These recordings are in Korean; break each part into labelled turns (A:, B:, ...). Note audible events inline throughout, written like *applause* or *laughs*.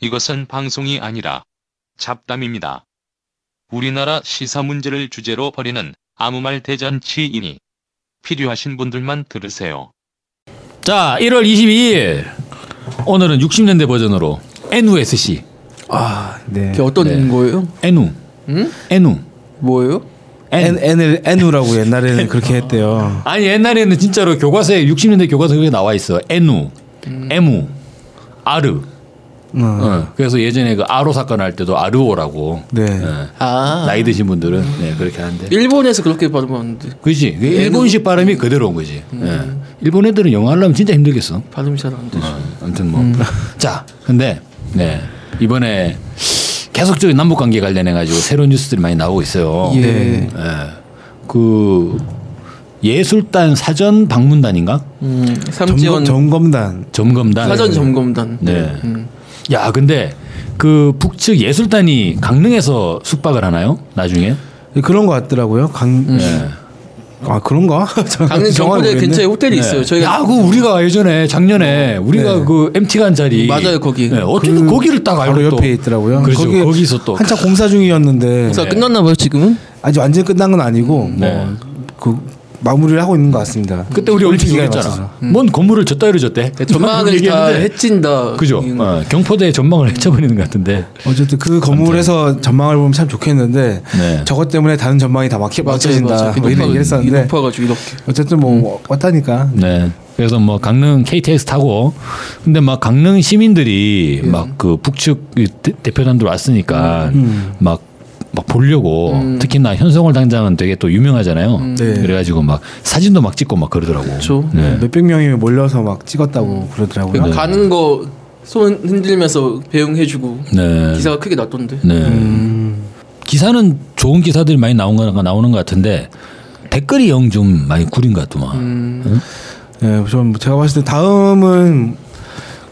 A: 이것은 방송이 아니라 잡담입니다. 우리나라 시사 문제를 주제로 벌이는 아무 말 대잔치이니 필요하신 분들만 들으세요.
B: 자, 1월 22일 오늘은 60년대 버전으로 NUSC
C: 아, 네.
D: 그게 어떤
B: 네.
D: 거예요?
B: NU
D: 응?
B: NU
D: 뭐예요?
B: N.
C: N N을 N우라고 옛날에는
B: *laughs*
C: 그렇게 했대요.
B: 아니 옛날에는 진짜로 교과서에 60년대 교과서에 그게 나와 있어 NU MU 아르
C: 어.
B: 어, 그래서 예전에 그 아로 사건 할 때도 아르오라고
C: 네.
B: 어,
D: 아
B: 나이 드신 분들은 네, 그렇게 하는데
D: 일본에서 그렇게 발음하는데
B: 그지 그 일본식 발음이 그대로온 거지 예. 일본 애들은 영어 하려면 진짜 힘들겠어
D: 발음이 잘 안 되죠.
B: 아무튼 뭐 *laughs* 자 근데 네 이번에 계속적인 남북 관계 관련해 가지고 새로운 뉴스들이 많이 나오고
C: 네.
B: 있어요.
D: 예.
B: 예. 그 예술단 사전 방문단인가
D: 음, 삼지원
C: 점검, 점검단.
B: 점검단.
D: 사전 점검단.
B: 네.
D: 음.
B: 야 근데 그 북측 예술단이 강릉에서 숙박을 하나요? 나중에?
C: 그런 거 같더라고요. 강.
B: 네.
C: 아 그런가? *laughs* 저는
D: 강릉
C: 정확히
D: 정부대
C: 모르겠네.
D: 근처에 호텔이 있어요. 저희가
B: 야그 우리가 예전에 작년에 우리가
C: 네.
B: 그 MT 간 자리
D: 맞아요, 거기.
B: 네, 어쨌든
C: 그
B: 거기를 딱 알고
C: 바로
D: 아,
B: 또-
C: 옆에 있더라고요.
B: 그렇죠.
C: 거기에
B: 거기서 또
C: 한참 공사 중이었는데
D: 공사 끝났나 봐요 지금은.
C: 아직 완전 끝난 건 아니고
B: 네.
C: 뭐 그 마무리를 하고 있는 것 같습니다.
B: 그때 우리 올림픽
C: 기간이
B: 얘기했잖아. 음.
C: 맞춰서. 네,
B: 뭔 건물을 졌다이로 졌대. *laughs*
D: 전망을 다 해친다.
B: 그죠.
D: 음.
C: 아.
B: 어, 경포대의 전망을 *laughs* 헤쳐버리는 것 같은데.
C: 어쨌든 그 건물에서 전망을 보면 참 좋겠는데
B: 네.
C: 저것 때문에 다른 전망이 다 막혀
D: 맞아요,
C: 막혀진다.
D: 맞아요.
C: 뭐 이런 얘기 했었는데
D: 높아가지고 이렇게. 음.
C: 어쨌든 뭐 왔다니까.
B: 네. 그래서 뭐 강릉 KTX 타고 근데 막 강릉 시민들이 막 그 북측 이 대- 대표단들 왔으니까 막. 막 보려고 특히나 현성월 당장은 되게 또 유명하잖아요.
C: 네.
B: 그래가지고 막 사진도 막 찍고 막 그러더라고.
D: 그렇죠.
B: 네.
C: 몇백 명이 몰려서 막 찍었다고 음. 그러더라고요.
B: 네.
D: 그러니까 가는 거 손 흔들면서 배웅해주고
B: 네.
D: 기사가 크게 났던데.
B: 네.
C: 음.
B: 기사는 좋은 기사들이 많이 나온 거 나오는 것 같은데 댓글이 영 좀 많이 구린 것 같더만.
C: 예, 좀 제가 봤을 때 다음은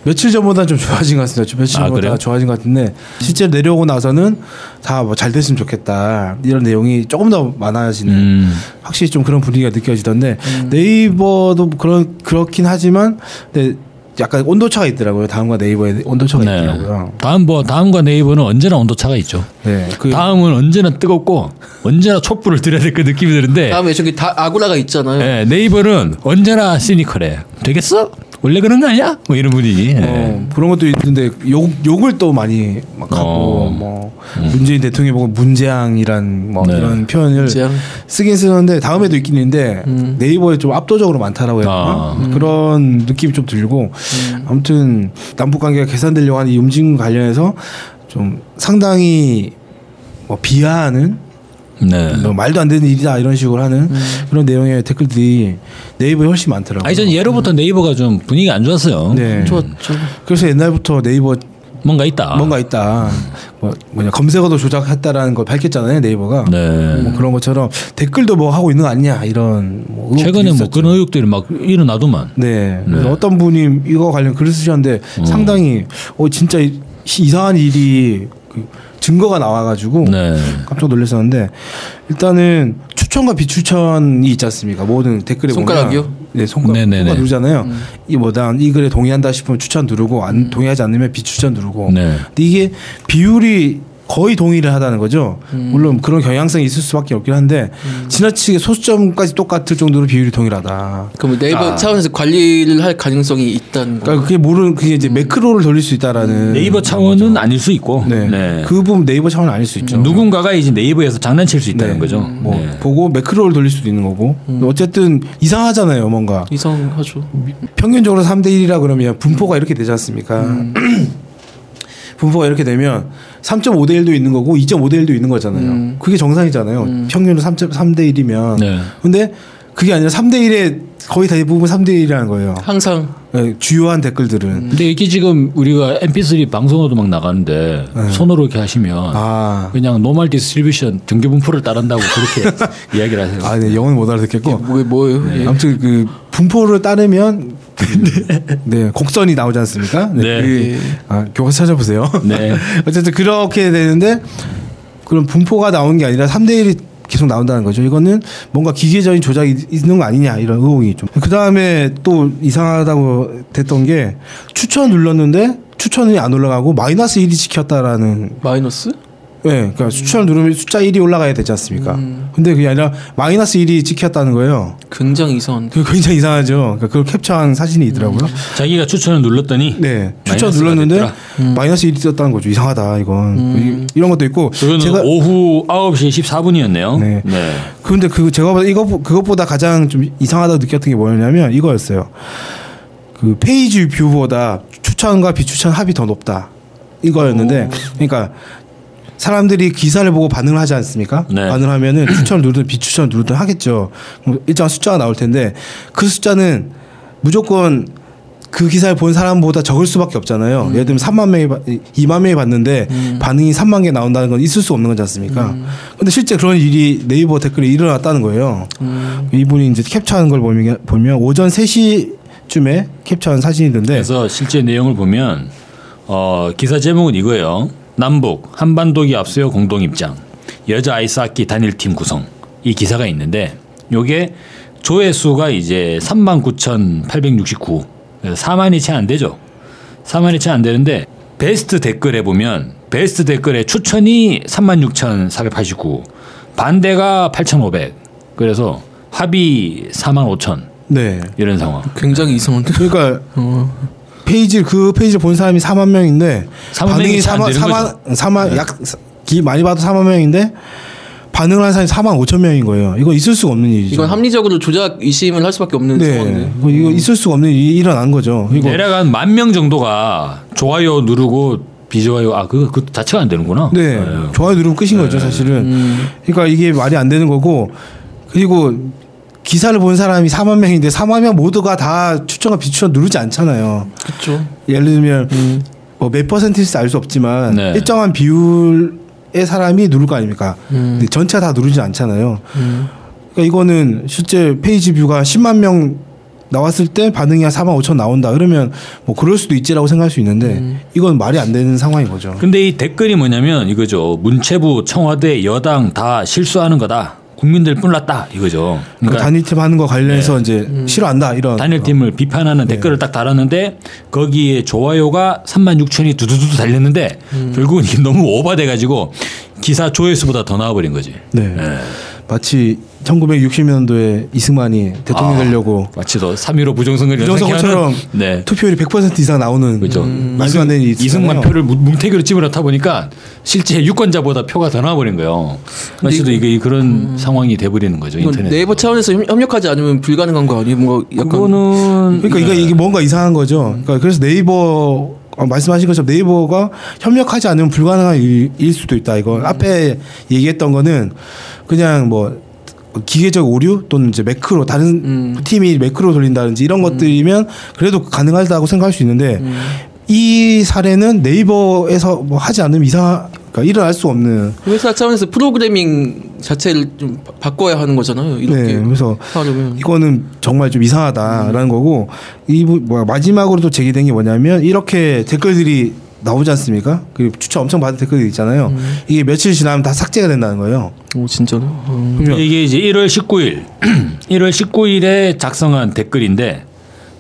C: 며칠 전보다 좀 좋아진 것 같습니다. 며칠
B: 아,
C: 전보다
B: 그래요?
C: 좋아진 것 같은데 실제 내려오고 나서는 다 뭐 잘 됐으면 좋겠다 이런 내용이 조금 더 많아지는
B: 음.
C: 확실히 좀 그런 분위기가 느껴지던데 네이버도 그런 그렇긴 하지만 근데 약간 온도차가 있더라고요. 다음과 네이버의 온도차가 있더라고요.
B: 다음 뭐 다음과 네이버는 언제나 온도 차가 있죠.
C: 네, 그
B: 다음은 언제나 뜨겁고 언제나 촛불을 들여야 될 그 느낌이 드는데
C: 아,
D: 다음에 저기 다 아고라가 있잖아요.
B: 예, 네이버는 언제나 시니컬해. 되겠어? 원래 그런 거 아니야? 뭐 이런 분위기. 예.
C: 어, 그런 것도 있는데 욕, 욕을 또 많이 막 하고
B: 어.
C: 뭐 문재인 대통령 보고 문재앙이란 뭐
B: 네.
C: 이런 표현을
D: 문재앙.
C: 쓰긴 쓰는데 다음에도 있긴 있는데 네이버에 좀 압도적으로 많다라고 해야
B: 아.
C: 되나? 그런 느낌이 좀 들고 아무튼 남북 관계가 개선되려고 하는 이 움직임 관련해서 좀 상당히 뭐 비하하는
B: 네.
C: 뭐 말도 안 되는 일이다 이런 식으로 하는 그런 내용의 댓글들이 네이버에 훨씬 많더라고요.
B: 아니 전 예로부터 네이버가 좀 분위기 안 좋았어요.
C: 네.
D: 좋았죠.
C: 그래서 옛날부터 네이버
B: 뭔가 있다.
C: 뭔가 있다. 뭐, 뭐냐 검색어도 조작했다라는 걸 밝혔잖아요 네이버가.
B: 네.
C: 뭐 그런 것처럼 댓글도 뭐 하고 있는 거 아니냐 이런 뭐 의혹들이
B: 최근에 뭐
C: 있었죠.
B: 그런 의혹들이 막 일어나더만.
C: 네. 그래서 어떤 분이 이거 관련 글을 쓰셨는데 상당히 어 진짜 이- 이상한 일이 그 증거가 나와가지고
B: 네.
C: 깜짝 놀랐었는데 일단은 추천과 비추천이 있지 않습니까? 모든 댓글에
D: 손가락이요? 음.
C: 보면 네, 손가락
B: 네네네.
C: 손가락 누르잖아요. 이 뭐다 이 글에 동의한다 싶으면 추천 누르고 안 동의하지 않으면 비추천 누르고.
B: 네.
C: 근데 이게 비율이 거의 동의를 하다는 거죠.
D: 음.
C: 물론 그런 경향성이 있을 수밖에 없긴 한데 지나치게 소수점까지 똑같을 정도로 비율이 동일하다.
D: 그럼 네이버 차원에서 관리를 할 가능성이 있다는 거.
C: 아. 그러니까 그게 모르는 그게 이제 매크로를 돌릴 수 있다라는
B: 네이버 차원은 아닐 수 있고.
C: 네. 그 부분 네이버 차원은 아닐 수 있죠.
B: 누군가가 이제 네이버에서 장난칠 수 있다는
C: 네.
B: 거죠.
C: 뭐
B: 네.
C: 보고 매크로를 돌릴 수도 있는 거고 어쨌든 이상하잖아요 뭔가
D: 이상하죠.
C: 평균적으로 3대 1이라 그러면 분포가 이렇게 되지 않습니까? *clears throat* 분포가 이렇게 되면 3.5대 1도 있는 거고 2.5대 1도 있는 거잖아요. 그게 정상이잖아요. 평균은 3.3대 1이면.
B: 네.
C: 근데 그게 아니라 3대 1에 거의 대부분 3대 1이라는 거예요.
D: 아. 항상
C: 네, 주요한 댓글들은.
B: 근데 이게 지금 우리가 MP3 방송으로도 막 나가는데 손으로 이렇게 하시면
C: 네. 아.
B: 그냥 노멀 디스트리뷰션 등교 분포를 따른다고 *laughs* 그렇게 이야기를 하세요.
C: 아, 네, 영어는 못 알아듣겠고.
D: 뭐게 뭐예요? 예.
C: 아무튼 그 분포를 따르면
B: *laughs*
C: 그, 네 곡선이 나오지 않습니까?
B: 네.
C: 그게- 아, 교과서 찾아보세요.
B: 네.
C: *laughs* 어쨌든 그렇게 되는데 그런 분포가 나오는 게 아니라 3대 1이 계속 나온다는 거죠. 이거는 뭔가 기계적인 조작이 있는 거 아니냐 이런 의혹이 좀. 그 다음에 또 이상하다고 됐던 게 추천 눌렀는데 추천이 안 올라가고 마이너스 1이 찍혔다라는
D: 마이너스?
C: 예, 그러니까 추천을 누르면 숫자 1이 올라가야 되지 않습니까?
D: 음.
C: 근데 그게 아니라 마이너스 1이 찍혔다는 거예요.
D: 굉장히 이상한데.
C: 그 굉장히 이상하죠. 그러니까 그걸 캡처한 사진이 있더라고요.
B: 자기가 추천을 눌렀더니
C: 네, 추천
B: 마이너스가
C: 눌렀는데
B: 됐더라.
D: 음.
C: 마이너스 1이 떴다는 거죠. 이상하다 이건
D: 음.
C: 이- 이런 것도 있고
B: 그거는
C: 제가
B: 오후 9시 14분이었네요.
C: 네.
B: 네.
C: 근데 그 제가 봐도 이거 그것보다 가장 좀 이상하다고 느꼈던 게 뭐였냐면 이거였어요. 그 페이지 뷰보다 추천과 비추천 합이 더 높다 이거였는데 그러니까 사람들이 기사를 보고 반응을 하지 않습니까?
B: 네.
C: 반응을 하면은 추천을 누르든 비추천을 누르든 하겠죠. 그럼 일정한 숫자가 나올 텐데 그 숫자는 무조건 그 기사를 본 사람보다 적을 수밖에 없잖아요. 예를 들면 3만 명이 봐- 2만 명이 봤는데 반응이 3만 개 나온다는 건 있을 수 없는 거지 않습니까? 근데 실제 그런 일이 네이버 댓글에 일어났다는 거예요. 이분이 이제 캡처하는 걸 보면, 보면 오전 3시쯤에 캡처한 사진이던데
B: 그래서 실제 내용을 보면 어, 기사 제목은 이거예요. 남북 한반도기 앞서요 공동 입장. 여자 아이스하키 단일팀 구성. 이 기사가 있는데 요게 조회수가 이제 39,869. 그래서 4만이 채 안 되죠. 4만이 채 안 되는데 베스트 댓글에 보면 베스트 댓글에 추천이 36,489. 반대가 8,500. 그래서 합이 45,000
C: 네.
B: 이런 상황.
D: 굉장히 이상한데.
C: 그러니까
D: 어.
C: 페이지를 그 페이지를 본 사람이 4만 명인데
B: 4만 명이 잘안 되는 네.
C: 4만 4만 약 기, 많이 봐도 4만 명인데 반응을 한 사람이 4만 5천 명인 거예요. 이건 있을 수가 없는 일이죠.
D: 이건 합리적으로 조작 의심을 할 수밖에 없는
C: 네.
D: 상황인데.
C: 이거 이거 있을 수가 없는 일이 일어난 거죠. 이거
B: 대략 한 만 명 정도가 좋아요 누르고 비좋아요 아 그거 그 자체가 안 되는구나.
C: 네.
B: 예.
C: 좋아요 누르면 끝인 거죠, 사실은.
D: 음.
C: 그러니까 이게 말이 안 되는 거고 그리고 기사를 본 사람이 4만 명인데 4만 명 모두가 다 추천과 비추천 누르지 않잖아요.
D: 그렇죠.
C: 예를 들면
D: 음.
C: 뭐 몇 퍼센트일지 알 수 없지만
B: 네.
C: 일정한 비율의 사람이 누를 거 아닙니까?
D: 음.
C: 근데 전체가 다 누르지 않잖아요.
D: 음.
C: 그러니까 이거는 실제 페이지 뷰가 10만 명 나왔을 때 반응이 한 4만 5천 나온다. 그러면 뭐 그럴 수도 있지라고 생각할 수 있는데 이건 말이 안 되는 상황인 거죠.
B: 근데 이 댓글이 뭐냐면 이거죠. 문체부, 청와대, 여당 다 실수하는 거다. 국민들 뿔났다 이거죠.
C: 그
B: 그러니까
C: 단일팀 하는 거 관련해서 이제 싫어한다 이런.
B: 네. 단일 팀을
C: 네.
B: 비판하는 댓글을 딱 달았는데 거기에 좋아요가 3만 6천이 두두두두 달렸는데
C: 음.
B: 결국은 이게 너무 오바돼가지고 기사 조회수보다 더 나와버린 거지.
C: 네. 마치 1960년도에 이승만이 대통령
B: 아.
C: 되려고
B: 마치 더3.15 부정선거
C: 부정선거처럼
B: 네.
C: 투표율이 100% 이상 나오는
B: 그죠.
C: 말도 안 되는 일이
B: 이승만
C: 있었잖아요.
B: 표를 뭉- 뭉태기로 찌그러타 보니까 실제 유권자보다 표가 더 나버린 거예요. 그러니까 사실도 이게 그런 상황이 돼버리는 거죠
D: 음. 이건
B: 인터넷.
D: 네이버 차원에서 협- 협력하지 않으면 불가능한 거 아니에요? 뭔가 약간
B: 그거는
C: 그러니까 이게, 이게 뭔가 이상한 거죠. 그러니까 그래서 네이버 어, 말씀하신 것처럼 네이버가 협력하지 않으면 불가능한 일, 일 수도 있다. 이거
D: 음.
C: 앞에 얘기했던 거는 그냥 뭐 기계적 오류 또는 이제 매크로 다른
D: 음.
C: 팀이 매크로 돌린다든지 이런 것들이면 그래도 가능하다고 생각할 수 있는데
D: 음.
C: 이 사례는 네이버에서 뭐 하지 않으면 이상 그러니까 일어날 수 없는
D: 회사 차원에서 프로그래밍 자체를 좀 바- 바꿔야 하는 거잖아요. 이렇게
C: 네, 그래서
D: 하려면
C: 이거는 정말 좀 이상하다라는 거고 이 부- 뭐야, 마지막으로 또 제기된 게 뭐냐면 이렇게 댓글들이 나오지 않습니까? 그리고 추천 엄청 받은 댓글들 있잖아요. 이게 며칠 지나면 다 삭제가 된다는 거예요.
D: 오 진짜로. 음.
B: 이게 이제 1월 19일, *clears throat* 1월 19일에 작성한 댓글인데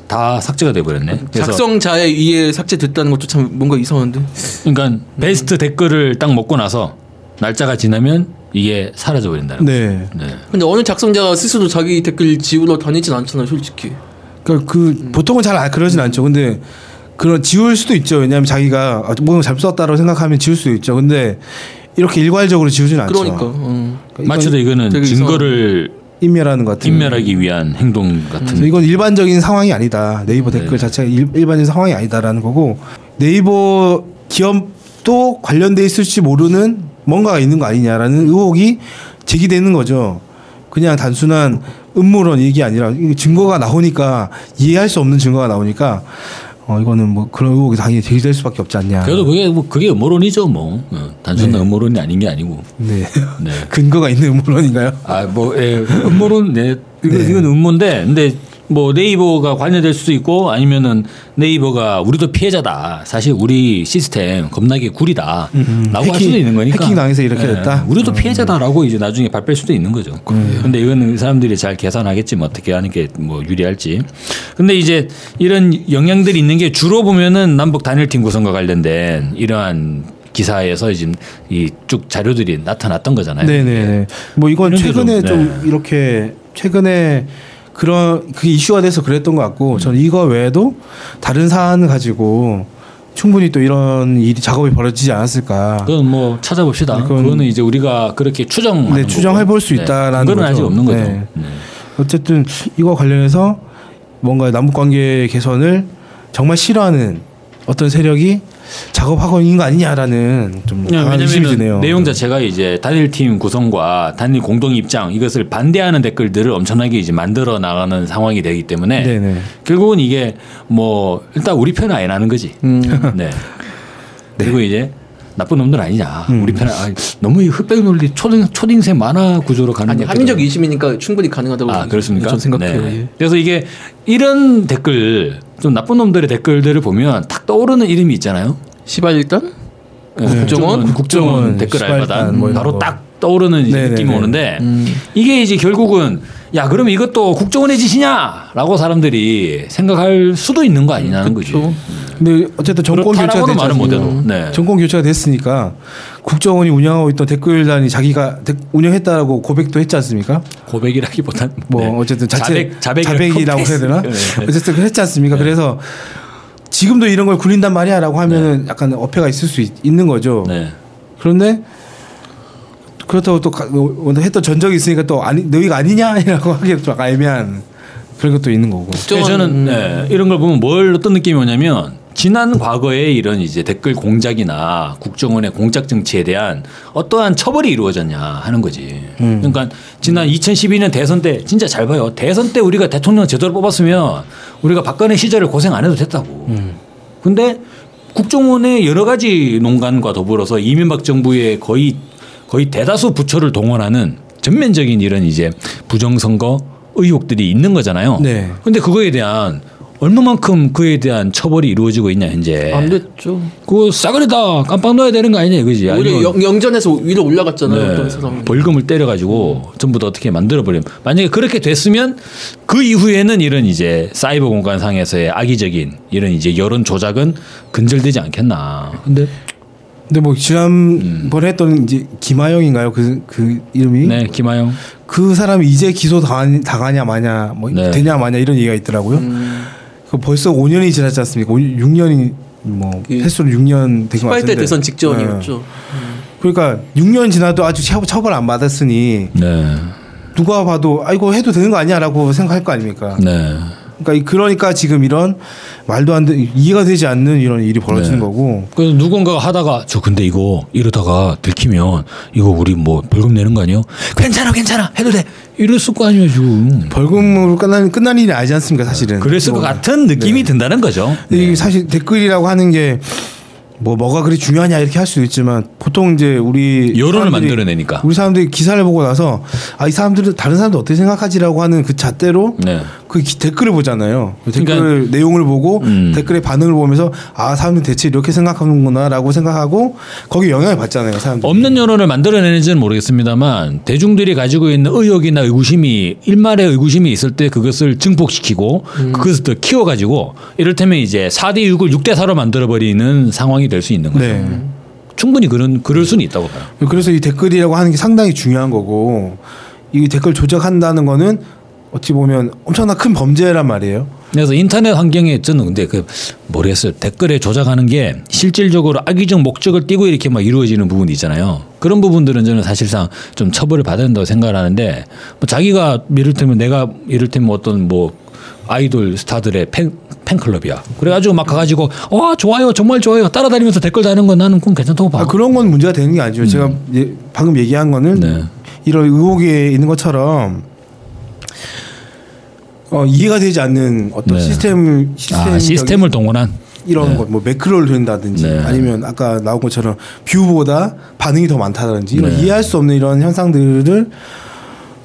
B: 다 삭제가 돼버렸네. 그래서
D: 작성자에 의해 삭제됐다는 것도 참 뭔가 이상한데.
B: 그러니까 베스트
D: 음.
B: 댓글을 딱 먹고 나서 날짜가 지나면 이게 사라져 버린다는. 거.
C: 네.
B: 네.
D: 근데 어느 작성자가 스스로 자기 댓글 지우러 다니진 않잖아요, 솔직히.
C: 그러니까 그 보통은 잘 안- 그러진 않죠. 근데 그런 지울 수도 있죠. 왜냐하면 자기가 아, 뭔가 잘못 썼다고 생각하면 지울 수도 있죠. 근데 이렇게 일괄적으로 지우진 않죠.
D: 그러니까. 음.
C: 그러니까
B: 마치도 이거는
D: 되게 음.
B: 증거를
C: 이건 인멸하는 것 같은.
B: 인멸하기 위한 행동 같은.
C: 그래서 이건 일반적인 상황이 아니다.
B: 음,
C: 네이버 댓글 자체가 일, 일반적인 상황이 아니다라는 거고 네이버 기업도 관련돼 있을지 모르는 뭔가가 있는 거 아니냐라는 의혹이 제기되는 거죠. 그냥 단순한 음모론 이게 아니라 이게 증거가 나오니까 이해할 수 없는 증거가 나오니까 어 이거는 뭐 그런 의혹이 당연히 제기될 수밖에 없지 않냐.
B: 그래도 그게 뭐 그게 음모론이죠 뭐 어, 단순한 음모론이 아닌 게 아니고
C: 네. *laughs*
B: 네. 아, 뭐,
C: 근거가 있는 음모론인가요? 네.
B: 아뭐 예, 음모론 네 이거 이건 음모인데 근데 뭐 네이버가 관여될 수도 있고 아니면은 네이버가 우리도 피해자다. 사실 우리 시스템 겁나게 구리다. 라고 할
C: 음. 해킹-
B: 수도 있는 거니까.
C: 해킹 당해서 이렇게
B: 예,
C: 됐다? 음.
B: 우리도 피해자다라고 이제 나중에 발뺄 수도 있는 거죠. 예. 근데 이거는 사람들이 잘 계산하겠지 뭐 어떻게 하는 게 뭐 유리할지. 근데 이제 이런 영향들이 있는 게 주로 보면은 남북 단일팀 구성과 관련된 이러한 기사에서 지금 이 쭉 자료들이 나타났던 거잖아요.
C: 네네. 뭐 이건
B: 이런
C: 최근에
B: 데도, 네.
C: 좀 이렇게 최근에 그런 그게 이슈가 돼서 그랬던 것 같고
B: 음.
C: 저는 이거 외에도 다른 사안 가지고 충분히 또 이런 일이 작업이 벌어지지 않았을까.
B: 그건 뭐 찾아봅시다.
C: 아. 그건-
B: 그거는 이제 우리가 그렇게 추정.
C: 네, 추정해볼 수 있다라는
B: 그건
C: 거죠.
B: 아직 없는 거죠.
C: 네.
B: 네.
C: 어쨌든 이거 관련해서 뭔가 남북 관계 개선을 정말 싫어하는 어떤 세력이 작업하고 있는 거 아니냐라는 좀
B: 그냥
C: 강한 의심이 드네요.
B: 왜냐면 내용 자체가 이제 단일 팀 구성과 단일 공동 입장 이것을 반대하는 댓글들을 엄청나게 이제 만들어 나가는 상황이 되기 때문에
C: 네네.
B: 결국은 이게 뭐 일단 우리 편은 아예 나는 거지.
C: 음.
D: 음.
B: *laughs*
C: *laughs*
B: 네. 그리고 이제 나쁜 놈들 아니냐. 우리
C: 음.
B: 편은 아, 너무 이 흑백 논리 초등 초딩생 만화 구조로 가는
D: 아니
B: 것들은-
D: 한민족 이심이니까 충분히 가능하다고
B: 아 그렇습니까?
D: 전 생각해요.
B: 네.
D: 예.
B: 그래서 이게 이런 댓글 좀 나쁜 놈들의 댓글들을 보면 딱 떠오르는 이름이 있잖아요.
D: 시발일단 국정원?
B: 국정원,
C: 네. 국정원,
B: 댓글
C: 시발단
B: 알바단
C: 뭐 이런
B: 바로
C: 거.
B: 딱 떠오르는 이제
C: 네네네.
B: 느낌이 오는데
D: 음.
B: 이게 이제 결국은 야 그럼 이것도 국정원의 짓이냐라고 사람들이 생각할 수도 있는 거 아니냐는
D: 그쵸.
B: 거지.
C: 근데 어쨌든 정권 교체가
B: 그렇다라고는
C: 됐지
B: 말은 못해도.
C: 않습니까?
B: 네.
C: 정권 교체가 됐으니까 국정원이 운영하고 있던 댓글단이 자기가 데- 운영했다라고 고백도 했지 않습니까?
B: 고백이라기보다는
C: 뭐
B: 네.
C: 어쨌든 자체
B: 자백,
C: 이라고 해야 되나?
B: *laughs* 네, 네.
C: 어쨌든 그걸 했지 않습니까? 그래서 지금도 이런 걸 굴린단 말이야라고 하면은 약간 어폐가 있을 수 있, 는 거죠.
B: 네.
C: 그런데 그렇다고 또 가- 어, 했던 전적이 있으니까 또 아니 너희가 아니냐라고 *laughs* 하기엔 좀 약간 애매한 그런 것도 있는 거고.
B: 네, 저는 네, 이런 걸 보면 뭘 어떤 느낌이 오냐면 지난 과거에 이런 이제 댓글 공작이나 국정원의 공작 정치에 대한 어떠한 처벌이 이루어졌냐 하는 거지. 그러니까 지난 2012년 대선 때 진짜 잘 봐요. 대선 때 우리가 대통령 제대로 뽑았으면 우리가 박근혜 시절을 고생 안 해도 됐다고. 근데 국정원의 여러 가지 농간과 더불어서 이명박 정부의 거의 거의 대다수 부처를 동원하는 전면적인 이런 이제 부정선거 의혹들이 있는 거잖아요.
C: 네.
B: 근데 그거에 대한 얼마만큼 그에 대한 처벌이 이루어지고 있냐 현재.
D: 안 됐죠.
B: 그거 싸그리 다 깜빡 넣어야 되는 거 아니냐 이거지.
D: 오히려
B: 아니면
D: 영, 영전에서 위로 올라갔잖아요.
B: 네,
D: 어떤 사람.
B: 벌금을 때려가지고 전부 다 어떻게 만들어버리면 만약에 그렇게 됐으면 그 이후에는 이런 이제 사이버 공간상에서의 악의적인 이런 이제 여론 조작은 근절되지 않겠나. 근데
C: 근데 뭐
D: 음.
C: 지난번에 했던 이제 김하영인가요? 그 그 이름이
B: 네 김하영
C: 그 사람이 이제 기소 당하- 당하냐 마냐 뭐
B: 네.
C: 되냐 마냐 이런 얘기가 있더라고요.
D: 음,
C: 그 벌써 5년이 지났지 않습니까? 6년이 뭐
D: 예.
C: 횟수로 6년 된것 같은데.
D: 18대 대선
C: 네.
D: 직전이었죠.
C: 그러니까 6년 지나도 아직 처- 처벌 안 받았으니
B: 네
C: 누가 봐도 아 이거 해도 되는 거 아니야라고 생각할 거
D: 음.
C: 아닙니까?
B: 네.
C: 그러니까 이- 그러니까 지금 이런 말도 안 되, 이해가 되지 않는 이런 일이 벌어지는
B: 네.
C: 거고.
B: 그 누군가가 하다가 저 근데 이거 이러다가 들키면 이거 우리 뭐 벌금 내는 거 아니에요? 괜찮아 괜찮아 해도 돼 이럴 수거 아니에요 지금
C: 벌금으로 끝난 끝난 일이 아니지 않습니까 사실은.
B: 그랬을
C: 뭐.
B: 것 같은 느낌이 든다는 거죠.
C: 근데 이게 사실 댓글이라고 하는 게 뭐 뭐가 그리 중요하냐 이렇게 할 수도 있지만 보통 이제 우리
B: 여론을
C: 사람들이-
B: 만들어내니까.
C: 우리 사람들이 기사를 보고 나서 아 이 사람들은 다른 사람들 어떻게 생각하지라고 하는 그 잣대로
B: 네.
C: 그 기- 댓글을 보잖아요. 그 댓글
B: 그러니까-
C: 내용을 보고
B: 음.
C: 댓글의 반응을 보면서 아 사람들 이 대체 이렇게 생각하는구나라고 생각하고 거기 에 영향을 받잖아요. 사람들.
B: 없는 여론을 만들어내는지는 모르겠습니다만 대중들이 가지고 있는 의혹이나 의구심이 일말의 의구심이 있을 때 그것을 증폭시키고 그것을 더 키워가지고 이를테면 이제 4대 6을 6대 4로 만들어버리는 상황이 될 수 있는 거죠.
C: 네.
B: 충분히 그런 그럴 수는 있다고 봐요.
C: 그래서 이 댓글이라고 하는 게 상당히 중요한 거고 이 댓글 조작한다는 거는 어찌 보면 엄청나 큰 범죄란 말이에요.
B: 그래서 인터넷 환경에 저는 근데 그 모르겠어요. 댓글에 조작하는 게 실질적으로 악의적 목적을 띠고 이렇게 막 이루어지는 부분이 있잖아요. 그런 부분들은 저는 사실상 좀 처벌을 받아야 된다고 생각하는데 뭐 자기가 이를테면 내가 이를테면 어떤 뭐 아이돌 스타들의 팬, 팬클럽이야. 그래가지고 막 가가지고 와 좋아요 정말 좋아요 따라다니면서 댓글 다는 건 나는 그건 괜찮다고 봐.
C: 아, 그런 건 문제가 되는 게 아니죠. 제가 예- 방금 얘기한 거는
B: 음. 네.
C: 이런 의혹에 있는 것처럼 어, 이해가 되지 않는 어떤
B: 네.
C: 시스템 시스템
B: 아, 시스템을 동원한
C: 이런 것, 뭐 매크로를 된다든지
B: 네.
C: 아니면 아까 나온 것처럼 뷰보다 반응이 더 많다든지 이런
B: 네.
C: 이해할 수 없는 이런 현상들을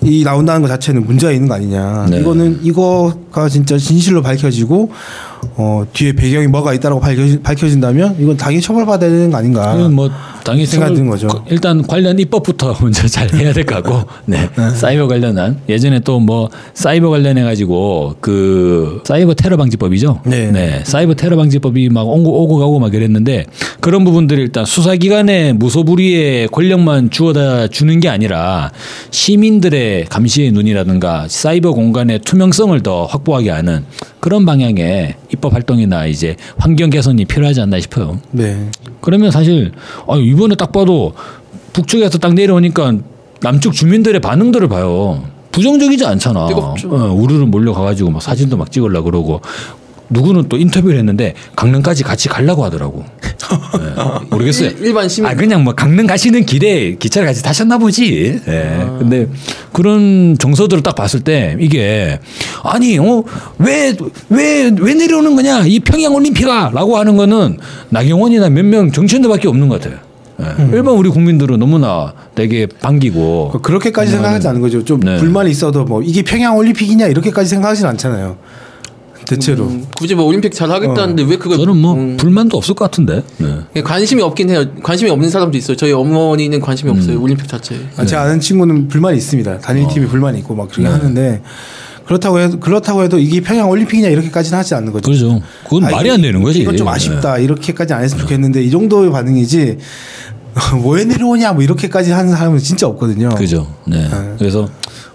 C: 이 나온다는 것 자체는 문제가 있는 거 아니냐.
B: 네.
C: 이거는 이거가 진짜 진실로 밝혀지고 어 뒤에 배경이 뭐가 있다라고 밝혀지, 밝혀진다면 이건 당연히 처벌받아야 되는 거 아닌가.
B: 그건 뭐 당연히
C: 생각이 드는 거죠.
B: 거- 일단 관련 입법부터 *laughs* 먼저 잘 해야 될
C: *laughs*
B: 것 같고, 네. 사이버 관련한 예전에 또 뭐 사이버 관련해 가지고 그 사이버 테러 방지법이죠.
C: 네.
B: 사이버 테러 방지법이 막 오고, 오고 가고 막 이랬는데 그런 부분들을 일단 수사기관의 무소불위의 권력만 주어다 주는 게 아니라 시민들의 감시의 눈이라든가 사이버 공간의 투명성을 더 확보하게 하는 그런 방향의 입법 활동이나 이제 환경 개선이 필요하지 않나 싶어요.
C: 네.
B: 그러면 사실 아 이번에 딱 봐도 북쪽에서 딱 내려오니까 남쪽 주민들의 반응들을 봐요. 부정적이지 않잖아.
D: 뜨겁죠.
B: 어, 우르르 몰려가가지고 막 사진도 막 찍으려 그러고 누구는 또 인터뷰를 했는데 강릉까지 같이
D: *laughs*
B: 가려고 하더라고. 예, 모르겠어요.
D: 일- 일반 시민
B: 아 그냥 뭐 강릉 가시는 길에 기차를 같이 타셨나 보지. 예. 근데 그런 정서들을 딱 봤을 때 이게 아니 어왜왜 왜 내려오는 거냐 이 평양 올림픽아라고 하는 거는 나경원이나 몇 명 정치인들밖에 없는 것 같아요. 예.
C: 음.
B: 일반 우리 국민들은 너무나 되게 반기고
C: 그- 그렇게까지 생각하지 않는 거죠. 좀
B: 뭐 네.
C: 불만이 있어도 뭐 이게 평양 올림픽이냐 이렇게까지 생각하진 않잖아요. 대체로.
D: 음, 굳이 뭐 올림픽 잘 하겠다는데 왜 그걸
B: 네. 저는 뭐
D: 음,
B: 불만도 없을 것 같은데. 네.
D: 관심이 없긴 해요. 관심이 없는 사람도 있어요. 저희 어머니는 관심이
B: 음.
D: 없어요. 올림픽 자체에.
C: 아,
B: 네.
C: 제가 아는 친구는 불만이 있습니다.
B: 어.
C: 단일 팀이 불만이 있고 막 그렇게 하는데 그렇다고 해도 그렇다고 해도 이게 평양 올림픽이냐 이렇게까지는 하지 않는 거죠.
B: 그렇죠. 그건
C: 아,
B: 말이
C: 이거-
B: 안 되는 거지. 네. 예.
C: 이건 좀 아쉽다. 이렇게까지 안 했으면 좋겠는데 이 정도의 반응이지 *laughs* 왜 내려오냐 뭐 이렇게까지 하는 사람은 진짜 없거든요.
B: 예. 그죠. 네. 그래서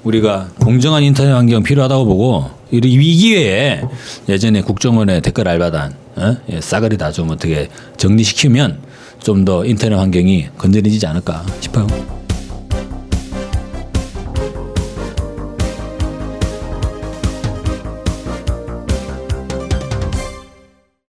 B: 우리가 공정한 인터넷 환경 필요하다고 보고 이 위기에 예전에 국정원의 댓글 알바단 어? 예, 싸그리 다 좀 어떻게 정리시키면 좀 더 인터넷 환경이 건드려지지 않을까 싶어요.